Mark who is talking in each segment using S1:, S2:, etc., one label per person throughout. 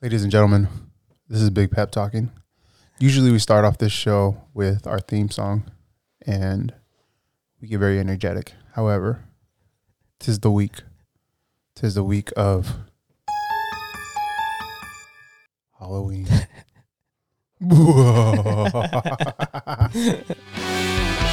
S1: Ladies and gentlemen, this is Big Pep talking. Usually we start off this show with our theme song and we get very energetic. However, tis the week. Tis the week of Halloween.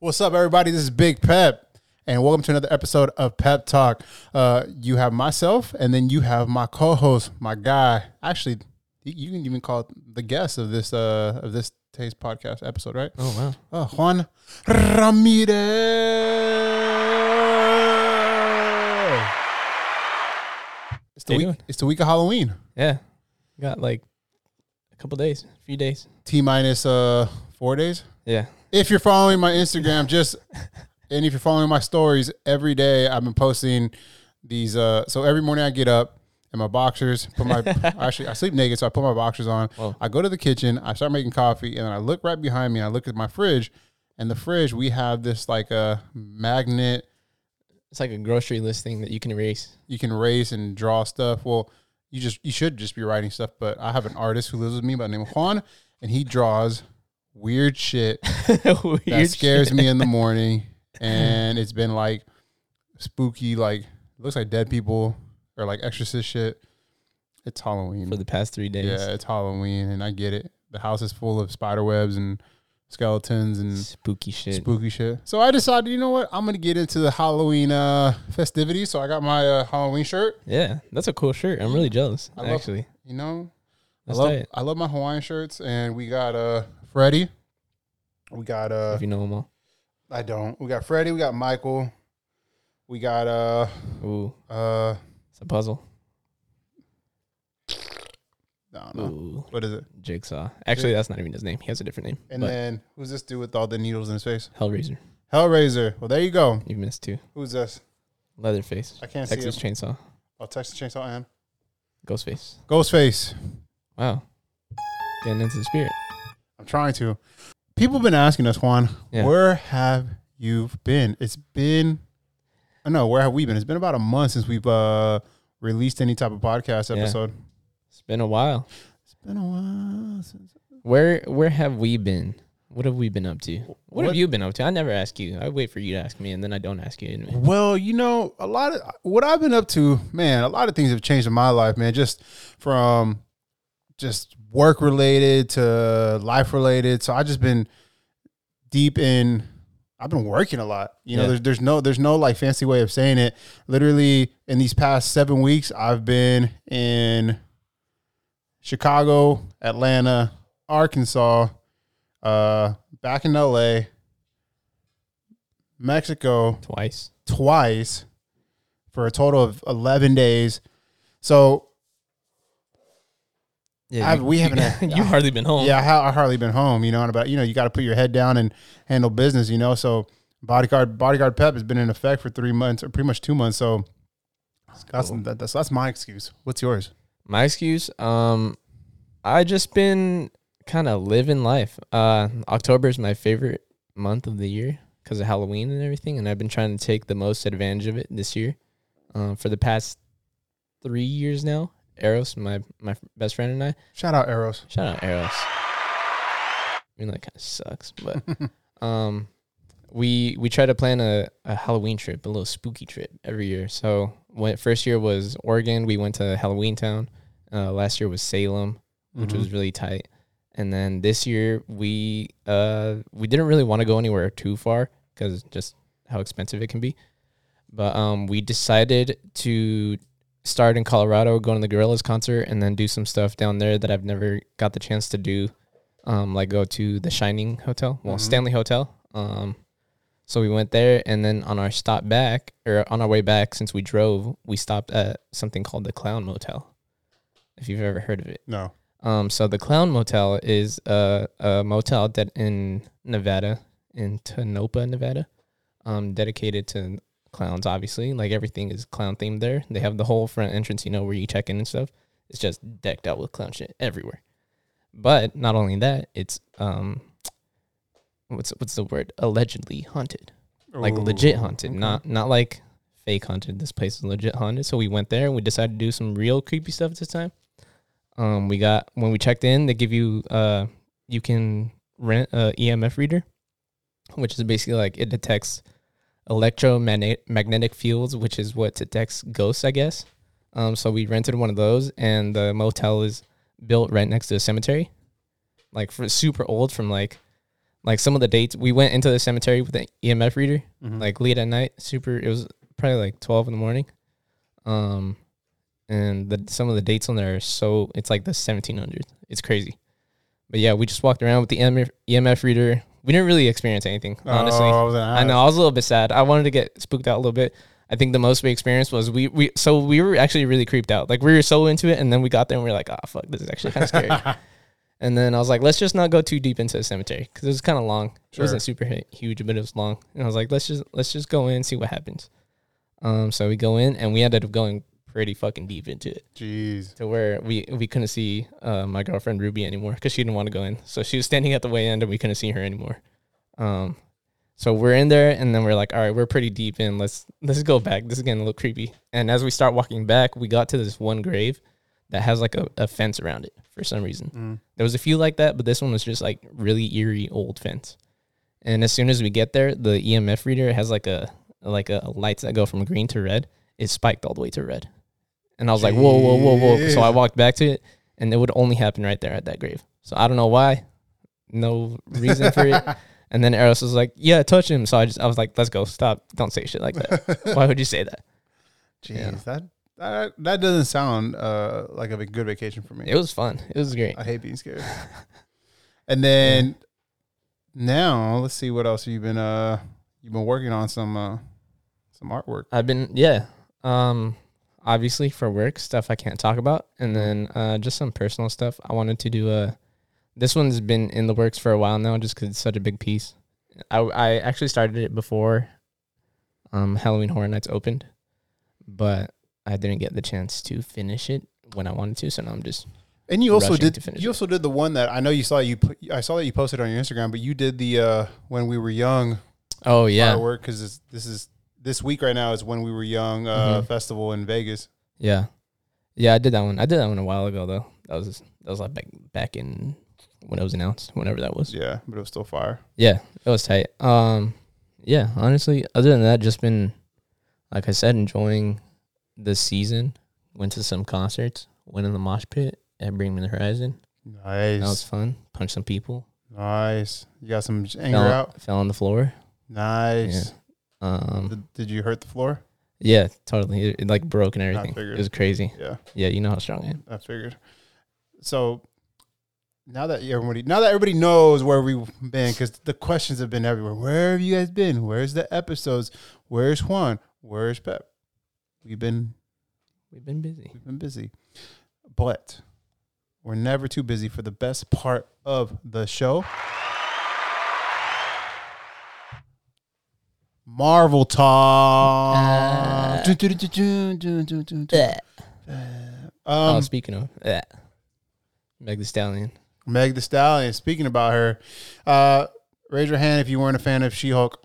S1: What's up, everybody? This is Big Pep, and welcome to another episode of Pep Talk. Uh, you have myself, and then you have my co-host, my guy. Actually, you- you can even call it the guest of this uh, of this today's podcast episode, right?
S2: Oh wow.
S1: Uh, Juan Ramirez. It's the
S2: How you
S1: week.
S2: doing?
S1: It's the week of Halloween.
S2: Yeah. Got like a couple days, a few days.
S1: T minus uh four days.
S2: Yeah.
S1: if you're following my Instagram, just and if you're following my stories every day, I've been posting these. Uh, so every morning I get up and my boxers, put my actually I sleep naked, so I put my boxers on.
S2: Whoa.
S1: I go to the kitchen, I start making coffee, and then I look right behind me. and I look at my fridge, and the fridge we have this like a magnet
S2: It's like a grocery list thing that you can erase.
S1: you can raise and draw stuff. Well, you just you should just be writing stuff. But I have an artist who lives with me by the name of Juan, and he draws weird shit
S2: Weird
S1: that
S2: shit.
S1: scares me in the morning. And it's been like spooky, like looks like dead people or like exorcist shit. It's Halloween.
S2: for the past three days.
S1: yeah, it's Halloween, and I get it. The house is full of spider webs and skeletons and
S2: Spooky shit.
S1: spooky shit. So I decided, you know what? I'm gonna get into the Halloween uh, festivities. So I got my uh, Halloween shirt.
S2: yeah. That's a cool shirt. I'm really jealous.
S1: I love-
S2: actually.
S1: You know, I
S2: Let's
S1: love
S2: try it.
S1: I love my Hawaiian shirts, and we got uh Freddie. We got uh
S2: if you know them all.
S1: I don't. We got Freddie. We got Michael. We got uh
S2: Ooh.
S1: uh
S2: It's a puzzle.
S1: I don't know
S2: Ooh.
S1: what is it.
S2: Jigsaw. Actually, that's not even his name. He has a different name.
S1: And
S2: but
S1: then who's this dude with all the needles in his face?
S2: Hellraiser.
S1: Hellraiser. Well, there you go.
S2: You missed two.
S1: Who's this?
S2: Leatherface.
S1: I can't
S2: Texas
S1: see him.
S2: Chainsaw.
S1: Oh, Texas Chainsaw and
S2: Ghostface.
S1: Ghostface.
S2: Wow. Getting into the spirit.
S1: I'm trying to. People have been asking us, Juan,
S2: Yeah.
S1: where have you been? It's been, I know, where have we been? It's been about a month since we've uh released any type of podcast
S2: Yeah.
S1: episode.
S2: It's been a while.
S1: It's been a while since.
S2: Where where have we been? What have we been up to? What,
S1: What-
S2: have you been up to? I never ask you. I wait for you to ask me, and then I don't ask you. Anyway.
S1: Well, you know, a lot of what I've been up to, man, a lot of things have changed in my life, man. Just from just work related to life related. So I just been deep in I've been working a lot. You know,
S2: Yeah.
S1: there's there's no there's no like fancy way of saying it. Literally in these past 7 weeks, I've been in Chicago, Atlanta, Arkansas, uh back in LA, Mexico,
S2: Twice.
S1: twice for a total of 11 days. So,
S2: Yeah,
S1: I've- we haven't had-
S2: you hardly been home.
S1: yeah, I, ha- I hardly been home, you know, and about, you know, you got to put your head down and handle business, you know. So, bodyguard, bodyguard pep has been in effect for three months or pretty much two months. So, that's,
S2: cool.
S1: that, that's, that's my excuse. What's yours?
S2: My excuse. Um, I just been kind of living life. Uh, October is my favorite month of the year because of Halloween and everything, and I've been trying to take the most advantage of it this year. Um, for the past three years now, Eros, my my best friend and I,
S1: Shout out Arrows.
S2: Shout out Eros. I mean, that kind of sucks, but um, we we try to plan a, a Halloween trip, a little spooky trip every year. So when first year was Oregon, we went to Halloween Town. Uh, last year was Salem, which was really tight. And then this year we uh we didn't really want to go anywhere too far because just how expensive it can be. But um, we decided to start in Colorado, go to the Gorillas concert, and then do some stuff down there that I've never got the chance to do. Um, like go to the Shining Hotel, well
S1: Mhm.
S2: Stanley Hotel. Um, so we went there, and then on our stop back or on our way back, since we drove, we stopped at something called the Clown Motel. If you've ever heard of it.
S1: No.
S2: Um, so the Clown Motel is a, a motel that in Nevada, in Tonopah, Nevada, um, dedicated to clowns. Obviously, like everything is clown themed there. They have the whole front entrance, you know, where you check in and stuff. It's just decked out with clown shit everywhere. But not only that, it's um, what's what's the word? Allegedly haunted. like
S1: Ooh,
S2: legit haunted,
S1: okay.
S2: not not like fake haunted. This place is legit haunted. So we went there and we decided to do some real creepy stuff this time. Um, we got when we checked in, they give you uh, you can rent a EMF reader, which is basically like it detects electromagnetic fields, which is what detects ghosts, I guess. Um, so we rented one of those, and the motel is built right next to a cemetery, like for super old from like like some of the dates we went into the cemetery with an EMF reader
S1: Mhm.
S2: like late at night super it was probably like 12 in the morning um and the some of the dates on there are so it's like the 1700s it's crazy but yeah we just walked around with the E EMF, EMF reader we didn't really experience anything honestly
S1: Oh, I, was
S2: I know I was a little bit sad. I wanted to get spooked out a little bit. I think the most we experienced was we we so we were actually really creeped out. Like we were so into it, and then we got there and we were like, "Ah, fuck, this is actually kind of scary." and then I was like, "Let's just not go too deep into the cemetery because it was kind of long.
S1: Sure.
S2: It wasn't super hu- huge, but it was long." And I was like, "Let's just let's just go in and see what happens." Um, so we go in and we ended up going pretty fucking deep into it
S1: Jeez.
S2: to where we we couldn't see uh, my girlfriend Ruby anymore because she didn't want to go in. So she was standing at the way end, and we couldn't see her anymore. Um, so we're in there, and then we're like, all right, we're pretty deep in. Let's let's go back. This is getting a little creepy. And as we start walking back, we got to this one grave that has like a, a fence around it for some reason.
S1: Mm.
S2: There was a few like that, but this one was just like really eerie old fence. And as soon as we get there, the EMF reader has like a like a lights that go from green to red. It spiked all the way to red. And I was like, whoa, whoa, whoa, whoa. So I
S1: Jeez.
S2: walked back to it and it would only happen right there at that grave. So I don't know why. No reason for it. And then Eros was like, Yeah, touch him. So I just I was like, Let's go, stop. Don't say shit like that. why would you say that?
S1: Jeez,
S2: Yeah.
S1: that, that that doesn't sound uh, like a big- good vacation for me.
S2: It was fun. It was great.
S1: I hate being scared. and then now let's see what else you've been uh you've been working on some uh some artwork.
S2: I've been yeah. Um obviously for work stuff I can't talk about and then uh just some personal stuff. I wanted to do a this one's been in the works for a while now just cuz it's such a big piece. I I actually started it before um Halloween Horror Nights opened, but I didn't get the chance to finish it when I wanted to, so now I'm just
S1: And you also
S2: Rushing
S1: did
S2: to finish
S1: you
S2: it.
S1: also did the one that I know you saw you put, I saw that you posted on your Instagram, but you did the uh when we were young
S2: Oh yeah.
S1: firework because this, this is this week right now is when we were young uh
S2: Mhm.
S1: festival in Vegas.
S2: Yeah. Yeah, I did that one. I did that one a while ago though. That was that was like back back in when it was announced, whenever that was.
S1: Yeah, but it was still fire.
S2: Yeah, it was tight. Um, yeah, honestly, other than that, just been like I said, enjoying the season. Went to some concerts. Went in the mosh pit at Bring Me the Horizon.
S1: Nice,
S2: That was fun. Punched some people.
S1: nice. You got some j- anger
S2: Fell,
S1: out.
S2: fell on the floor.
S1: Nice.
S2: Um,
S1: Did, did you hurt the floor?
S2: yeah, totally. It, it, like broke and everything.
S1: figured.
S2: It was crazy.
S1: Yeah.
S2: Yeah, you know how strong I am.
S1: I figured. So now that everybody now that everybody knows where we've been, because the questions have been everywhere. Where have you guys been? Where's the episodes? Where's Juan? Where's Pep? We've been
S2: We've been busy.
S1: we've been busy, but we're never too busy for the best part of the show. Marvel talk.
S2: Ah.
S1: Dun, dun, dun, dun, dun, dun, dun, dun. Um,
S2: oh, speaking of that, Meg the Stallion.
S1: Meg the Stallion. Speaking about her, uh, raise your hand if you weren't a fan of She Hulk.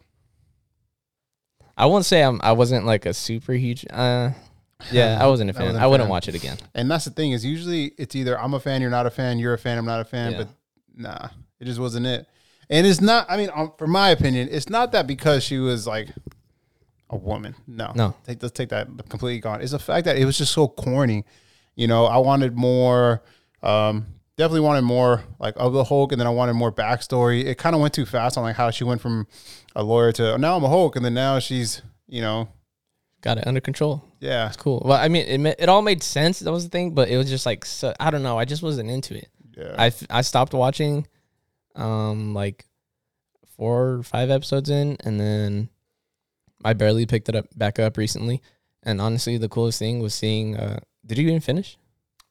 S2: I won't say I'm. I wasn't like a super huge. Uh, yeah, I wasn't a
S1: I
S2: fan.
S1: wasn't a
S2: I wouldn't
S1: fan.
S2: watch it again.
S1: And that's the thing is usually it's either I'm a fan, you're not a fan, you're a fan, I'm not a fan.
S2: Yeah.
S1: But nah, it just wasn't it. And it's not. I mean, um, for my opinion, it's not that because she was like a woman. No,
S2: No.
S1: Take, let's take that completely gone. It's the fact that it was just so corny. You know, I wanted more. Um, definitely wanted more like of the Hulk, and then I wanted more backstory. It kind of went too fast on like how she went from a lawyer to now I'm a Hulk, and then now she's you know
S2: Got it under control.
S1: yeah
S2: It's cool. Well, I mean, it, ma- it all made sense. That was the thing, but it was just like so, I don't know. I just wasn't into it.
S1: yeah
S2: I, f- I stopped watching, um, like four or five episodes in, and then I barely picked it up back up recently. And honestly, the coolest thing was seeing. Uh, did you even finish?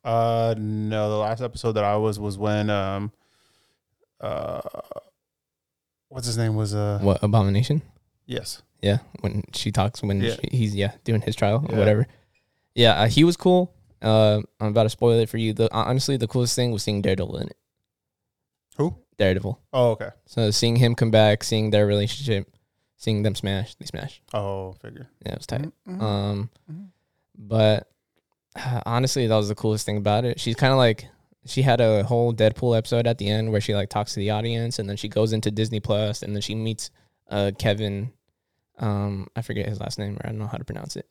S1: Uh no, the last episode that I was was when um uh what's his name was uh
S2: What abomination?
S1: yes.
S2: Yeah, when she talks, when
S1: Yeah.
S2: she, he's yeah doing his trial
S1: Yeah.
S2: or whatever. Yeah, uh, he was cool. Uh, I'm about to spoil it for you. The honestly, the coolest thing was seeing Daredevil in it.
S1: Who?
S2: Daredevil.
S1: Oh okay.
S2: So seeing him come back, seeing their relationship, seeing them smash. They smashed.
S1: Oh, figure.
S2: Yeah, it was tight.
S1: Mhm.
S2: Um,
S1: Mhm.
S2: but honestly, that was the coolest thing about it. She's kind of like she had a whole Deadpool episode at the end where she like talks to the audience, and then she goes into Disney Plus, and then she meets uh Kevin. Um, I forget his last name, or I don't know how to pronounce it.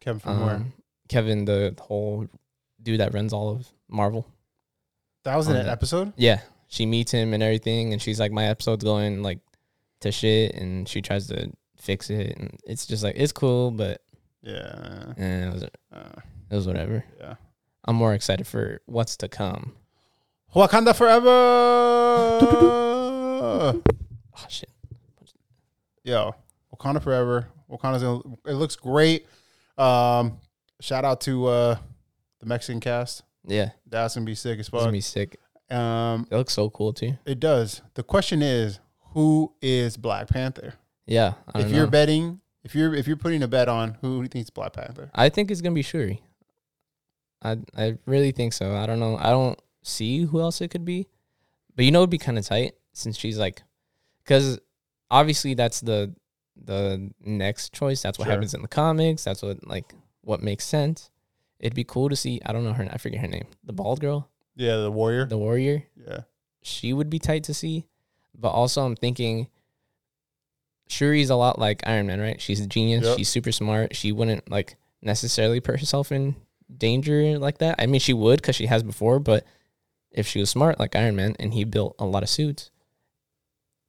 S1: Kevin from where?
S2: Um, Kevin, the whole dude that runs all of Marvel.
S1: That was in
S2: on
S1: an
S2: that.
S1: episode.
S2: oh, Yeah, she meets him and everything, and she's like, "My episode's going like to shit," and she tries to fix it, and it's just like it's cool, but
S1: Yeah.
S2: eh, it was it
S1: Uh,
S2: was whatever.
S1: yeah.
S2: I'm more excited for what's to come.
S1: Wakanda forever.
S2: Oh shit!
S1: Yo, Wakanda forever. Wakanda's gonna, it looks great. Um, shout out to uh the Mexican cast.
S2: Yeah,
S1: That's gonna be sick as
S2: it's gonna
S1: fuck.
S2: be sick.
S1: Um,
S2: It looks so cool too.
S1: it does. The question is, who is Black Panther?
S2: Yeah, I
S1: If
S2: don't
S1: you're
S2: know.
S1: betting, if you're if you're putting a bet on who do you think's Black Panther?
S2: I think it's gonna be Shuri. I I really think so. I don't know. I don't see who else it could be, but you know it'd be kind of tight since she's like, because obviously that's the the next choice. That's what
S1: Sure.
S2: happens in the comics. That's what like what makes sense. It'd be cool to see. I don't know her. I forget her name. The bald girl,
S1: Yeah, the Warrior.
S2: the warrior.
S1: Yeah,
S2: she would be tight to see. But also, I'm thinking Shuri's a lot like Iron Man, right? She's a genius.
S1: Yep.
S2: She's super smart. She wouldn't like necessarily put herself in danger like that. I mean, she would because she has before. But if she was smart like Iron Man and he built a lot of suits,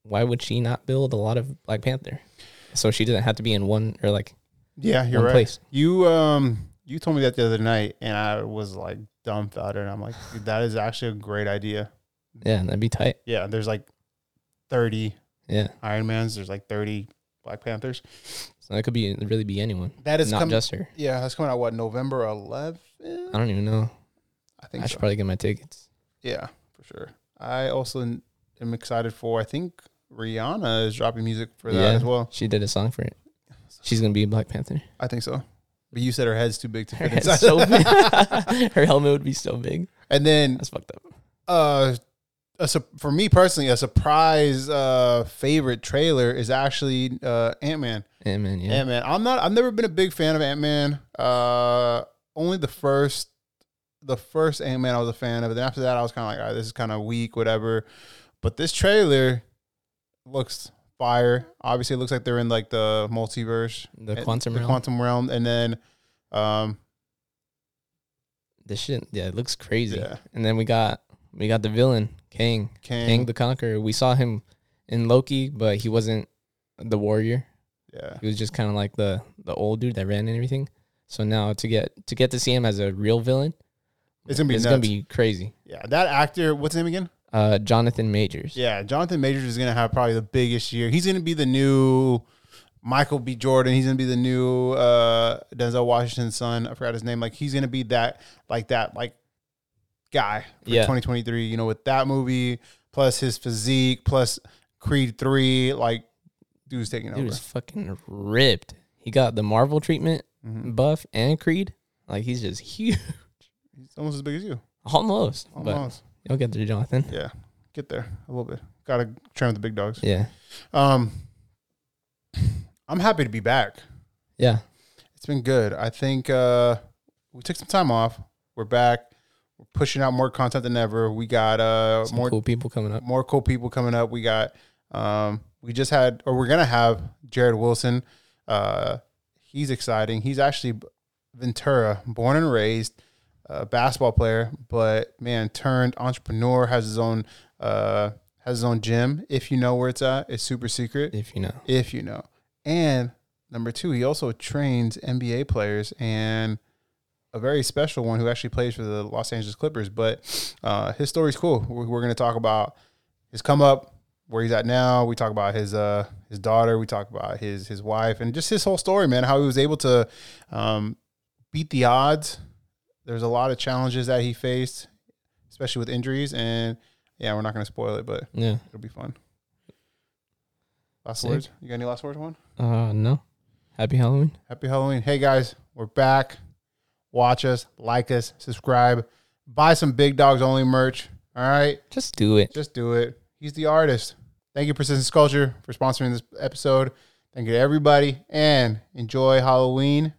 S2: why would she not build a lot of Black Panther? So she doesn't have to be in one or like
S1: yeah, you're
S2: one
S1: right.
S2: place.
S1: You um you told me that the other night, and I was like dumbfounded. And I'm like, dude, that is actually a great idea.
S2: Yeah, that'd be tight.
S1: Yeah, there's like 30
S2: Yeah,
S1: Iron Mans. There's like 30 Black Panthers.
S2: so that could be really be anyone,
S1: That is
S2: not
S1: coming.
S2: just her.
S1: yeah, that's coming out what November 11th.
S2: I don't even know.
S1: I
S2: I,
S1: think
S2: should
S1: so.
S2: probably get my tickets.
S1: Yeah, for sure. I also n- am excited for. I think Rihanna is dropping music for that
S2: Yeah.
S1: as well.
S2: She did a song for it. She's gonna be Black Panther.
S1: I think so. But you said her head's too big to
S2: Her
S1: fit
S2: head's
S1: inside.
S2: so big. Her helmet would be so big.
S1: and then
S2: That's fucked up.
S1: uh, a, sup- for me personally, a surprise uh, favorite trailer is actually uh, Ant Man.
S2: Yeah, man. Yeah.
S1: Ant Man. I'm not. I've never been a big fan of Ant Man. Uh, only the first, the first Ant Man I was a fan of. Then after that, I was kind of like, all right, this is kind of weak, whatever. But this trailer looks fire. Obviously, it looks like they're in like the multiverse,
S2: the quantum
S1: the
S2: realm.
S1: quantum realm, and then, um,
S2: this shit. Yeah, it looks crazy.
S1: Yeah.
S2: And then we got we got the villain Kang.
S1: Kang.
S2: Kang, the Conqueror. We saw him in Loki, but he wasn't the warrior.
S1: yeah,
S2: He was just kind of like the the old dude that ran and everything. So now to get to get to see him as a real villain,
S1: it's gonna be
S2: it's
S1: nuts.
S2: gonna be crazy.
S1: yeah. That actor, what's his name again?
S2: Uh, Jonathan Majors.
S1: Yeah, Jonathan Majors is gonna have probably the biggest year. He's gonna be the new Michael B. Jordan. He's gonna be the new uh, Denzel Washington's son. I forgot his name. Like he's gonna be that, like that, like guy for
S2: Yeah.
S1: 2023. You know, with that movie plus his physique plus Creed three, like dude's taking
S2: Dude
S1: over.
S2: was fucking ripped. He got the Marvel treatment
S1: Mhm.
S2: buff and Creed. Like he's just huge.
S1: He's almost as big as you.
S2: Almost. But
S1: Almost.
S2: you'll get there, Jonathan.
S1: yeah, get there a little bit. Got to train with the big dogs.
S2: Yeah.
S1: Um, I'm happy to be back.
S2: Yeah.
S1: It's been good. I think uh, we took some time off. We're back. We're pushing out more content than ever. We got uh,
S2: Some
S1: more
S2: cool people coming up.
S1: more cool people coming up. We got um, we just had or we're gonna have Jared Wilson. Uh, he's exciting. He's actually Ventura, born and raised, uh, basketball player, but man, turned entrepreneur. Has his own uh, has his own gym. If you know where it's at, it's super secret
S2: If you know.
S1: if you know. And number two, he also trains NBA players and a very special one who actually plays for the Los Angeles Clippers. But uh, his story's cool. We're, we're going to talk about his come up, where he's at now. We talk about his uh, his daughter. We talk about his his wife and just his whole story, man. How he was able to um, beat the odds. There's a lot of challenges that he faced, especially with injuries. And yeah, we're not going to spoil it, but
S2: Yeah.
S1: It'll be fun. Last
S2: Sick.
S1: words? You got any last words, Juan?
S2: Uh no. Happy Halloween.
S1: Happy Halloween. Hey guys, we're back. Watch us, like us, subscribe, buy some Big Dogs Only merch. All right,
S2: Just do it.
S1: just do it. He's the artist. Thank you, Persistent Sculpture, for sponsoring this episode. Thank you to everybody and enjoy Halloween.